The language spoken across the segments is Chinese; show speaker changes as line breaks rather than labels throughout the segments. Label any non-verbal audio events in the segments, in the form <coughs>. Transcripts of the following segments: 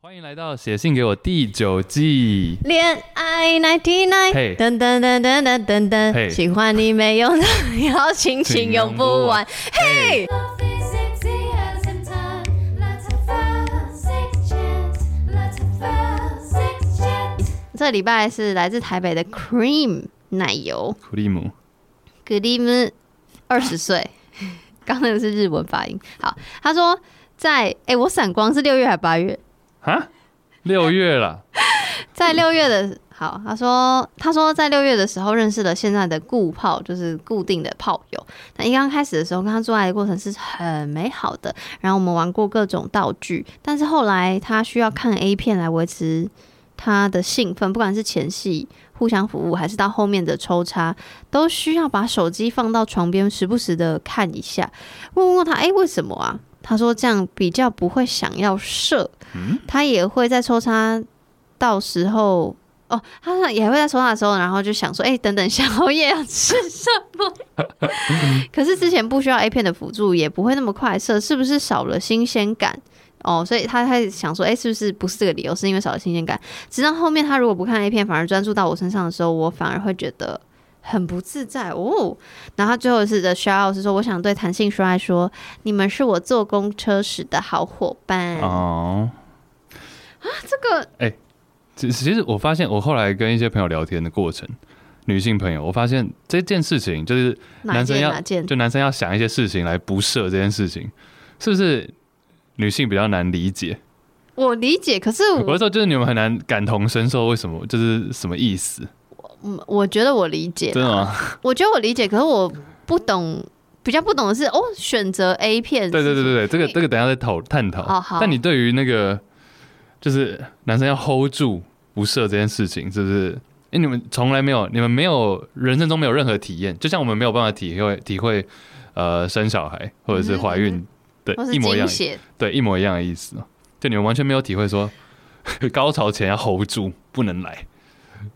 欢迎来到写信给我第九季。
恋爱 ninety
嘿
nine，噔噔噔噔噔噔
嘿
噔，喜欢你没有的邀请，请用不完。嘿，
Love is sexy as in time. Let's have a six chance. Let's have a six chance.
这礼拜是来自台北的 Cream 奶油
普利姆，
Cream，二十岁， <laughs> 刚那个是日文发音。好，他说在哎、我闪光是六月还八月？
哈，六月了，
在六月的好，他说他说在六月的时候认识了现在的固炮，就是固定的炮友。那一刚开始的时候，跟他做爱的过程是很美好的，然后我们玩过各种道具，但是后来他需要看 A 片来维持他的兴奋，不管是前戏。互相服务，还是到后面的抽插，都需要把手机放到床边，时不时的看一下。问问他，哎、为什么啊？他说这样比较不会想要射，他也会在抽插到时候哦，他也会在抽他的时候，然后就想说，哎、等等宵夜要吃什么？可是之前不需要 A 片的辅助，也不会那么快射，是不是少了新鲜感？哦，所以他开始想说，哎、是不是不是这个理由？是因为少了新鲜感？直到后面他如果不看 A 片，反而专注到我身上的时候，我反而会觉得很不自在哦。然后他最后一次的 shout out 是说，我想对弹性说爱说，你们是我坐公车时的好伙伴。
哦，
哎啊
哎
这个
其其实我发现，我后来跟一些朋友聊天的过程，女性朋友，我发现这件事情就是
哪
男生
件
要
哪件？
就男生要想一些事情来不射这件事情，是不是女性比较难理解？
我理解，可是
我
我
是说，就是你们很难感同身受，为什么？就是什么意思？
嗯我觉得我理解，
真的吗？
我觉得我理解，可是我不懂，比较不懂的是哦，选择 A 片，
对对对，对对，这个
你
这个等一下再讨探讨。
哦好
但你对于那个就是男生要 hold 住不射这件事情，是不是？因为你们从来没有，你们没有人生中没有任何体验，就像我们没有办法体会体会呃生小孩或者是怀
嗯
孕的
或是
一模一样
惊
的，
血，
对一模一样的意思。就你们完全没有体会说 <laughs> 高潮前要 hold 住，不能来，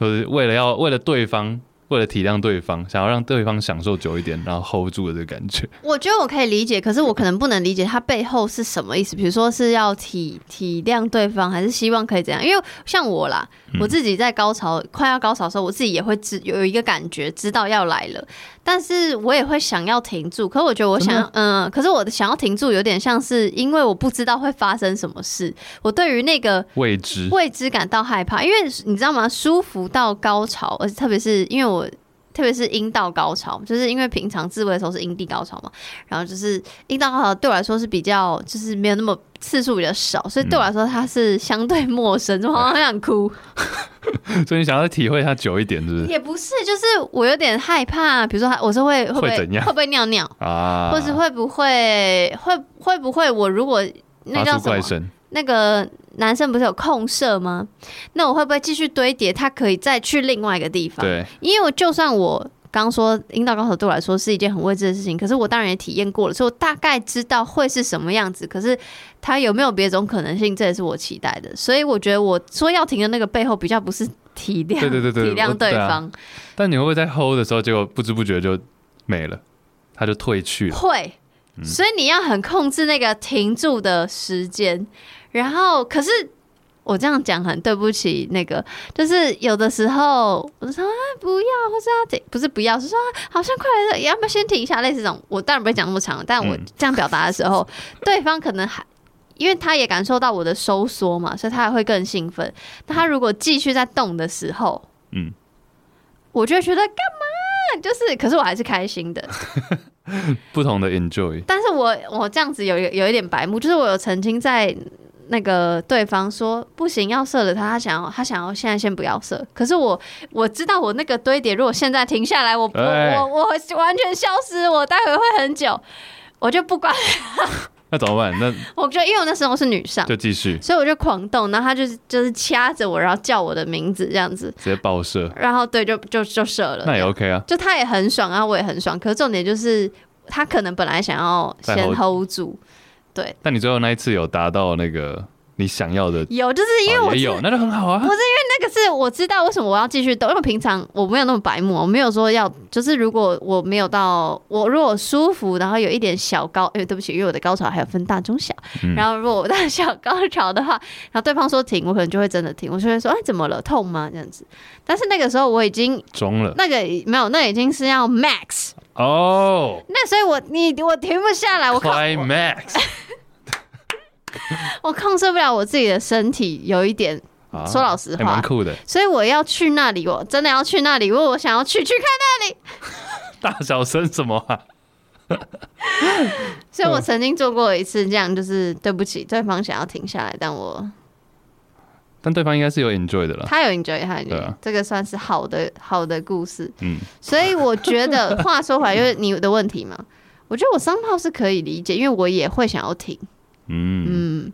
就是为了要为了对方，为了体谅对方，想要让对方享受久一点，然后 hold 住的这个感觉。
我觉得我可以理解，可是我可能不能理解它背后是什么意思。比如说是要体体谅对方，还是希望可以怎样？因为像我啦，我自己在高潮、快要高潮的时候，我自己也会知有一个感觉，知道要来了，但是我也会想要停住。可我觉得我想要，嗯，可是我的想要停住有点像是因为我不知道会发生什么事，我对于那个
未知，
未知感到害怕，因为你知道吗？舒服到高潮，而且特别是因为我。特别是阴道高潮，就是因为平常自慰的时候是阴蒂高潮嘛，然后就是阴道高潮对我来说是比较，就是没有那么次数比较少，所以
嗯
对我来说它是相对陌生，就好
<laughs>
想哭，
所以你想要体会它久一点，是不是？
也不是，就是我有点害怕，比如说我是会会不
会
会
怎样
会不会尿尿，
啊，
或是会不会会会不会我如果那
发出
叫什么
怪声，
那个男生不是有控射吗？那我会不会继续堆叠？他可以再去另外一个地方？
对，
因为我就算我刚说阴道高潮对我来说是一件很未知的事情，可是我当然也体验过了，所以我大概知道会是什么样子。可是它有没有别种可能性，这也是我期待的。所以我觉得我说要停的那个背后，比较不是体谅，
对对对对
体谅
我对啊
方，
但你会不会在 hold 的时候，结果不知不觉就没了，它就退去了？
会，所以你要很控制那个停住的时间。然后，可是我这样讲很对不起那个，就是有的时候我就说啊不要，或是要停，不是不要，是说、啊、好像快来了，要不要先停一下？类似这种，我当然不会讲那么长，但我
嗯
这样表达的时候， <laughs> 对方可能还。因为他也感受到我的收缩嘛，所以他还会更兴奋。那他如果继续在动的时候，
嗯，
我就会觉得干嘛？就是，可是我还是开心的。
不同的 enjoy，
但是我我这样子有一有一点白目，就是我有曾经在那个对方说不行要射了他，他想要他想要现在先不要射，可是我我知道我那个堆叠，如果现在停下来，我我
哎
我我完全消失，我待会会很久，我就不管， <laughs>
那怎么办？那
我就因为我那时候是女上，
就继续
所以我就狂动，然后他就是就是掐着我，然后叫我的名字这样子，
直接爆射，
然后对就就就射了，
那也 OK 啊。
就他也很爽，然后我也很爽，可是重点就是他可能本来想要
再
先
hold
hold 住。
但你最后那一次有达到那个你想要的，
有，就是因为
哦
我
也
知
有，那就很好啊
不。那个是我知道为什么我要继续抖，因为平常我没有那么白目，我没有说要，就是如果我没有到我如果舒服，然后有一点小高，哎、对不起，因为我的高潮还有分大中小，
嗯
然后如果我大小高潮的话，然后对方说停，我可能就会真的停，我就会说哎怎么了，痛吗？这样子，但是那个时候我
<laughs>
已经
中了
那个没有，那个已经是要 max，
哦
那所以我你我停不下来，我靠，
，climax，
我控制不了我自己的身体，有一点
啊
<laughs> 说老实
还
话
蛮酷的，
所以我要去那里，我真的要去那里。如果我想要去去看，
大小声什么啊？
所以
嗯
我曾经做过一次这样，就是对不起，对方想要停下来，但我
但对方应该是有 enjoy 的啦，
他有 enjoy，他有
啊对
enjoy，
啊
这个算是好的好的故事。
嗯，
所以我觉
<laughs>
得，话说回来，就是你的问题嘛。我觉得我商炮是可以理解，因为我也会想要停。
嗯，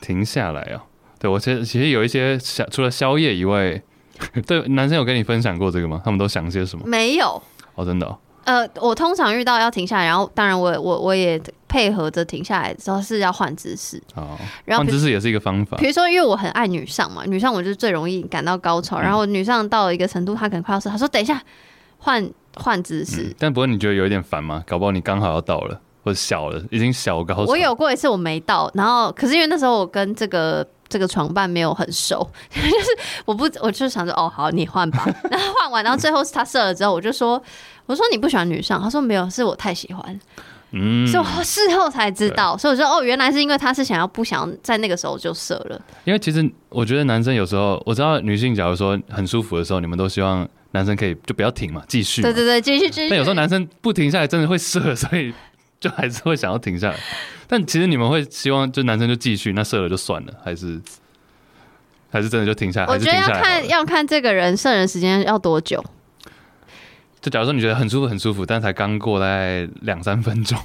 停下来哦。对我其实其实有一些宵除了宵夜以外， <laughs> 对男生有跟你分享过这个吗？他们都想些什么？
没有，
哦，真的、哦，
呃，我通常遇到要停下来，然后当然我我我也配合着停下来之后是要换姿势，
哦，
然后
换
比如
姿势也是一个方法
比。如说，因为我很爱女上嘛，女上我就是最容易感到高
嗯
潮。然后女上到一个程度，她可能快要射，她说等一下，换换姿势
嗯。但不过你觉得有一点烦吗？搞不好你刚好要到了，或者小了，已经小高潮。
我有过一次我没到，然后可是因为那时候我跟这个这个床伴没有很熟， <laughs> 就是我不我就想着哦好你换吧， <laughs> 然后换完，然后最后他射了之后，我就说我说你不喜欢女上，他说没有，是我太喜欢，
嗯，
所以我事后才知道，所以我说哦原来是因为他是想要不想要在那个时候就射了，
因为其实我觉得男生有时候，我知道女性假如说很舒服的时候，你们都希望男生可以就不要停嘛，继续嘛。
对对对，继续继续。
但有时候男生不停下来，真的会射，所以就还是会想要停下来。但其实你们会希望，就男生就继续，那射了就算了，还是还是真的就停下来？
我
还是
觉得
停
要
下来好
看
了。
要看这个人射人时间要多久。
就假如说你觉得很舒服，很舒服，但才刚过大概两三分钟，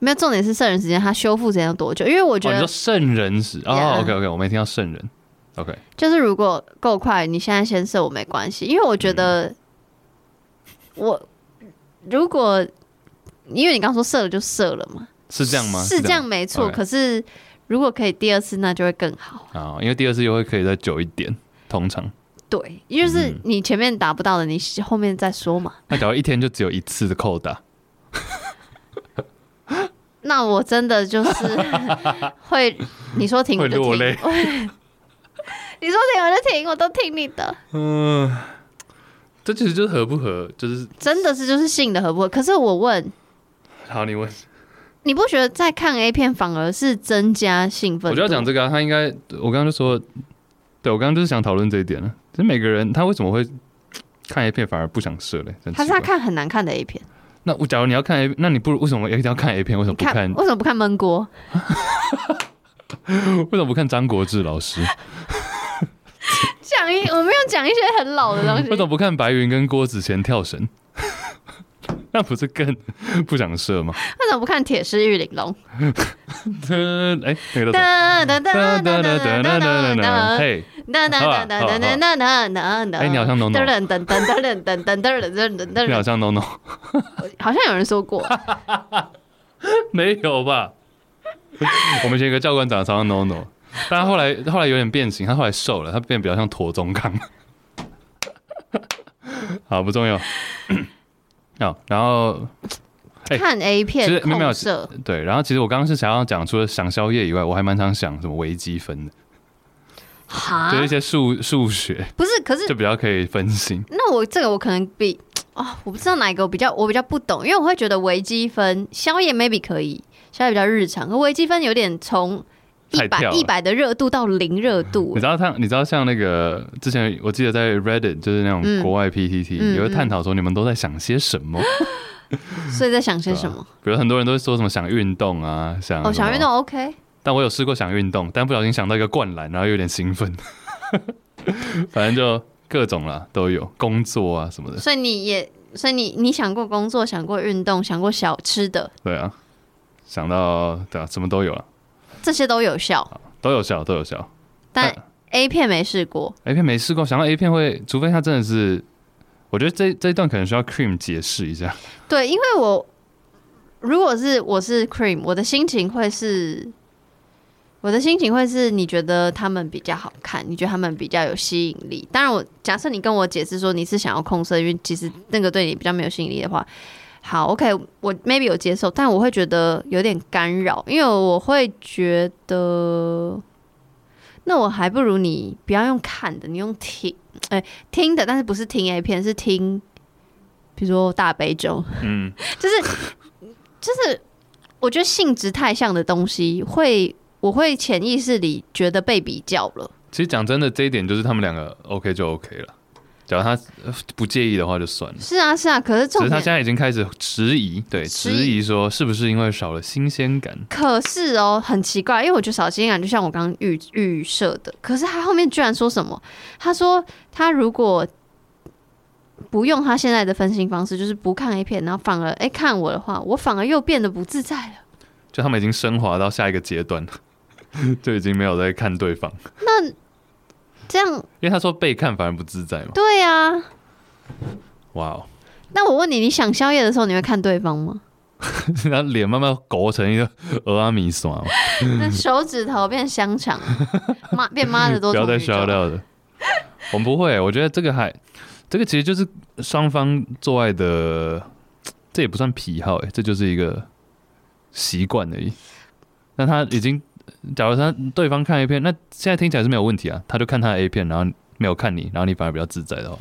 没有，重点是射人时间，它修复时间要多久？因为我觉
哦，你说，
得
圣人时哦
Yeah
，OK OK，我没听到圣人，OK，
就是如果够快，你现在先射我没关系，因为我觉
嗯
得我如果因为你刚说射了就射了嘛，
是这样吗？
是这样没错。
OK
可是这样可是如果可以第二次，那就会更好。
啊、因为第二次又会可以再久一点，通常。
对，因为就是
嗯
你前面达不到的，你后面再说嘛。
那假如一天就只有一次的扣打，
那我真的就是
<laughs>
会，你说停我就
会落
停， <laughs>
泪
我你说停我就停，我都听你的。
嗯，这其实就是合不合，就是
真的是就是性的合不合？可是我问，
好，你问，
你不觉得在看 A 片反而是增加兴奋？
我就要讲，这个啊，他应该，我刚刚就说，对我刚刚就是想讨论这一点了，就是每个人他为什么会看 A 片反而不想射嘞？真奇
还是他
怪
看很难看的 A 片？
那我假如你要看 A，那你不如为什么一定要看 A 片？为什么不
你看哦
看？
为什么不看闷锅？
为什么不看张国志老
<laughs>
师？
讲一我们要讲一些很老的东
为什么
西。
不看白云跟郭子乾跳绳？ <laughs> 那不是更不想射吗？ <laughs>
为什么不看《铁狮玉玲珑
哎，那》？个叫什么
哒哒哒哒
哒哒哒哒哒
哒哒哒哒哒
哒
哒
哒，嘿，
哒哒哒哒哒哒哒哒哒。
哎你好像懂懂
噔噔噔噔噔噔噔噔噔噔
你好
噔，
像 no no，
好像有人说过，
<laughs> 没有吧？我们以前有个教官长得超像 no no，但他后来后来有点变形，他后来瘦了，他变得比较像陀中康。 <laughs> 好，不重要。 <coughs> 好，然后哎
看 A
其
片
实没有没有
控射
对，然后其实我刚刚是想要讲，除了想宵夜以外，我还蛮常想什么微积分的，
哈
就是一些数数学
不是，啊可是
就比较可以分心。
那我这个我可能比啊、我不知道哪一个我比较我比较不懂，因为我会觉得微积分宵夜 maybe 可以，宵夜比较日常，可微积分有点从一
太
百
跳了
一百的热度到零热
<laughs>
度
你，知道他，你知道像那个之前我记得在 Reddit 就是那
嗯
种国外 PTT、
嗯
有
嗯
会探讨说你们都在想些什么。
所以在想些什么？
比如很多人都会说什么想运动啊，想
哦，
什么
想运动，OK，
但我有试过想运动，但不小心想到一个灌篮，然后有点兴奋。 <laughs> 反正就各种啦都有，工作啊什么的，
所以你也所以你你想过工作，想过运动，想过小吃的，
对啊，想到对啊，什么都有啊，
这些都有效，
都有效，都有效。
但
啊
A 片没试过，
A 片没试过，想到 A 片会，除非他真的是，我觉得这这一段可能需要 Cream 解释一下。
对，因为我如果是我是 Cream，我的心情会是我的心情会是你觉得他们比较好看，你觉得他们比较有吸引力。当然我，假设你跟我解释说你是想要控色，因为其实那个对你比较没有吸引力的话，好，OK，我 maybe 有接受，但我会觉得有点干扰，因为我会觉得，那我还不如你不要用看的，你用听，哎、听的，但是不是听 A 片，是听，比如说大悲咒，
嗯，
就是就是，我觉得性质太像的东西会。我会潜意识里觉得被比较了，
其实讲真的，这一点就是他们两个 OK 就 OK 了。只要他呃不介意的话就算了，
是啊是啊，可是
只
重
是他
点，
现在已经开始质疑，对，
质
质
疑
疑说是不是因为少了新鲜感？
可是哦，很奇怪，因为我觉得少新感就像我刚刚预预设的，可是他后面居然说什么？他说他如果不用他现在的分心方式，就是不看 A 片，然后反而哎看我的话，我反而又变得不自在了。
就他们已经升华到下一个阶段， <laughs> 就已经没有在看对方，
这样
因为他说被看反而不自在嘛。
对啊，
哇哦，
那我问你，你想宵夜的时候你会看对方吗？
<laughs> 他脸慢慢勾成一个俄阿米索嘛，
那手指头变香肠，妈变妈的多
<laughs> 不
重
要再
宇宙
笑掉了。我们不会，我觉得这个还，这个其实就是双方做爱的，这也不算癖好、欸，这就是一个习惯而已。那他已经，假如他对方看 A 片，那现在听起来是没有问题啊，他就看他的 A 片，然后没有看你，然后你反而比较自在的话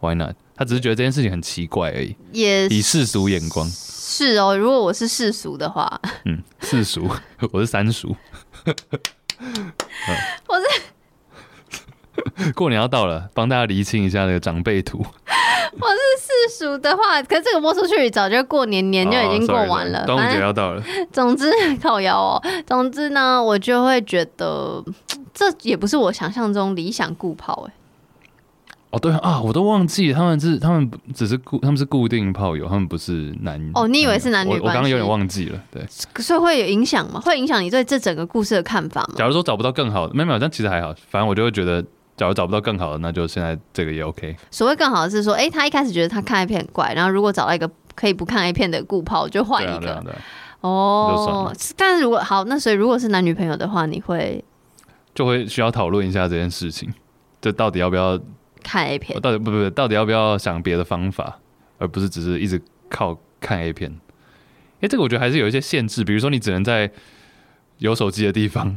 ，Why not？他只是觉得这件事情很奇怪而已，
也
以世俗眼光，
是哦。如果我是世俗的话，
嗯，世俗， <laughs> 我是三俗，
<laughs> 我
是。 <laughs> 过年要到了，帮大家厘清一下那个长辈图。
世俗的话，可是这个播出去早就过年年就已经过完了
哦，sorry，sorry，端午
反
节
正
要到了，
总之靠腰哦。总之呢，我就会觉得嗯这也不是我想象中理想固炮哎、
哦对啊啊，我都忘记他们是他们只是固他们是固定炮友，他们不是男
哦你以为是男女
我我刚
关
刚
系
有点忘记了，对。
所以会有影响吗？会影响你对这整个故事的看法吗？
假如说找不到更好的，没有没有，但其实还好，反正我就会觉得，假如找不到更好的，那就现在这个也 OK。
所谓更好的是说，哎、他一开始觉得他看 A 片很怪，然后如果找到一个可以不看 A 片的固炮，就换
对啊
一
对
个、
啊对啊，就算
哦
了。
但是如果好，那所以如果是男女朋友的话，你会
就会需要讨论一下这件事情，这到底要不要
看 A 片
我？到底不不，到底要不要想别的方法，而不是只是一直靠看 A 片？因为这个我觉得还是有一些限制，比如说你只能在有手机的地方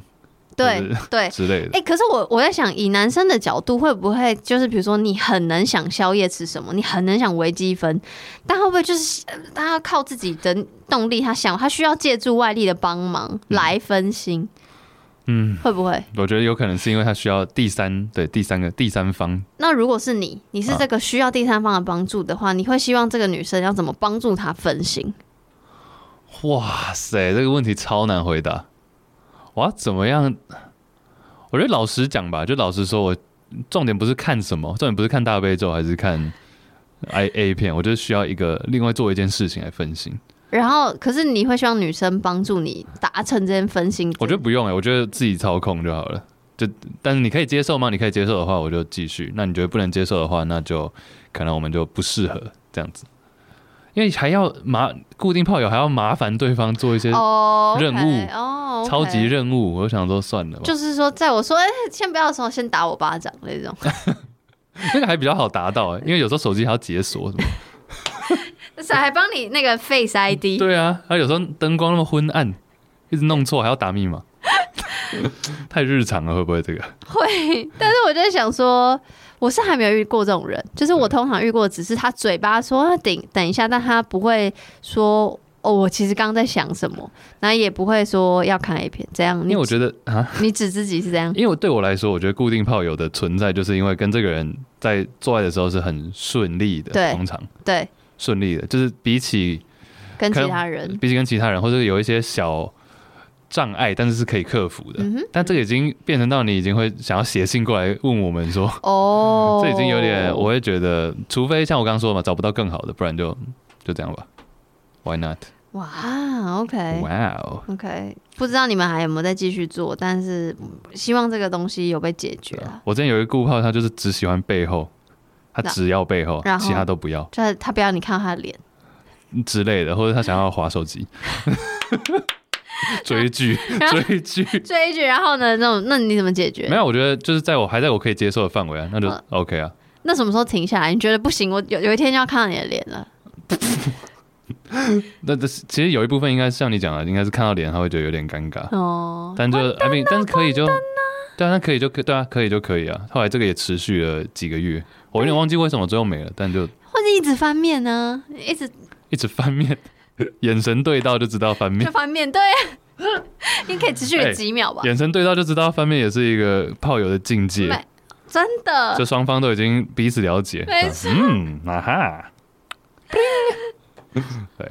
对
就是
对，
之类的。
哎、可是我我在想，以男生的角度，会不会就是比如说你很能想宵夜吃什么，你很能想微积分，但会不会就是呃他要靠自己的动力，他想他需要借助外力的帮忙来分心，
嗯，
会不会？
我觉得有可能是因为他需要第三对第三个第三方，
那如果是你，你是这个需要第三方的帮助的话，你会希望这个女生要怎么帮助他分心？
哇塞，这个问题超难回答。我要怎么样？我觉得老实讲吧，就老实说我，重点不是看什么，重点不是看大悲咒，还是看 I A 片，我就是需要一个另外做一件事情来分心。
然后，可是你会希望女生帮助你达成这件分心？
我觉得不用哎、我觉得自己操控就好了。就但是你可以接受吗？你可以接受的话，我就继续；那你觉得不能接受的话，那就可能我们就不适合这样子。因为还要麻固定炮友还要麻烦对方做一些
哦，
任务
哦，OK
超级任务，我就想说算了吧，
就是说，在我说“哎、先不要”的时候，先打我巴掌那种。 <laughs>
那个还比较好达到、欸，因为有时候手机还要解锁
<laughs>
什么。
是还帮你那个 Face ID，
对啊，还有时候灯光那么昏暗，一直弄错还要打
<laughs>
密码，太日常了，会不会这个？
会。但是我就在想说，我是还没有遇过这种人，就是我通常遇过，只是他嘴巴说啊等等一下，但他不会说哦，我其实刚刚在想什么，然后也不会说要看 A 片这样。
因
你
为我觉得啊，
你指自己是这
<laughs>
样，
因为我对我来说，我觉得固定炮友的存在，就是因为跟这个人在做爱的时候是很顺利的，
对
通常
对，
顺利的，就是比起
跟
可
其
能
他人
比起跟其他人，或者有一些小障碍，但是是可以克服的。
嗯哼
但这个已经变成到你已经会想要写信过来问我们说，
哦，
这已经有点，我会觉得，除非像我刚刚说的嘛，找不到更好的，不然就就这样吧。Why not？
哇，OK
哇哦，
OK，不知道你们还有没有再继续做，但是希望这个东西有被解决啊。
我之前有一个顾炮，他就是只喜欢背后，他
然
只要背后
然，后
其他都不要。
就是他不要你看到他的脸，
之类的，或者他想要划手机， <laughs> 追剧，
<laughs> 然后
追剧。
追剧，然后呢，那种那你怎么解决？
没有，我觉得就是在我还在我可以接受的范围啊，那就
嗯
OK 啊。
那什么时候停下来？你觉得不行，我有有一天就要看到你的脸了。
那这其实有一部分应该是像你讲的，应该是看到脸他会觉得有点尴尬，
哦，
但就 I mean，但是可以就，对啊，那可以就可对啊，可以就可以啊。后来这个也持续了几个月，我有点忘记为什么最后没了，但就
或者一直翻面呢、一直
一直翻面，眼神对到就知道翻
就
面，
翻面，对， <laughs> 你可以持续
哎
了几秒吧，
眼神对到就知道翻面也是一个炮友的境界，
没真的 <laughs>
就。双方都已经彼此了解
没错。
嗯，啊哈，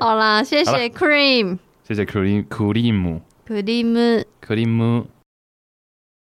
好啦，谢
好
谢 Cream
谢谢苦力苦力姆
Cream，
苦力姆，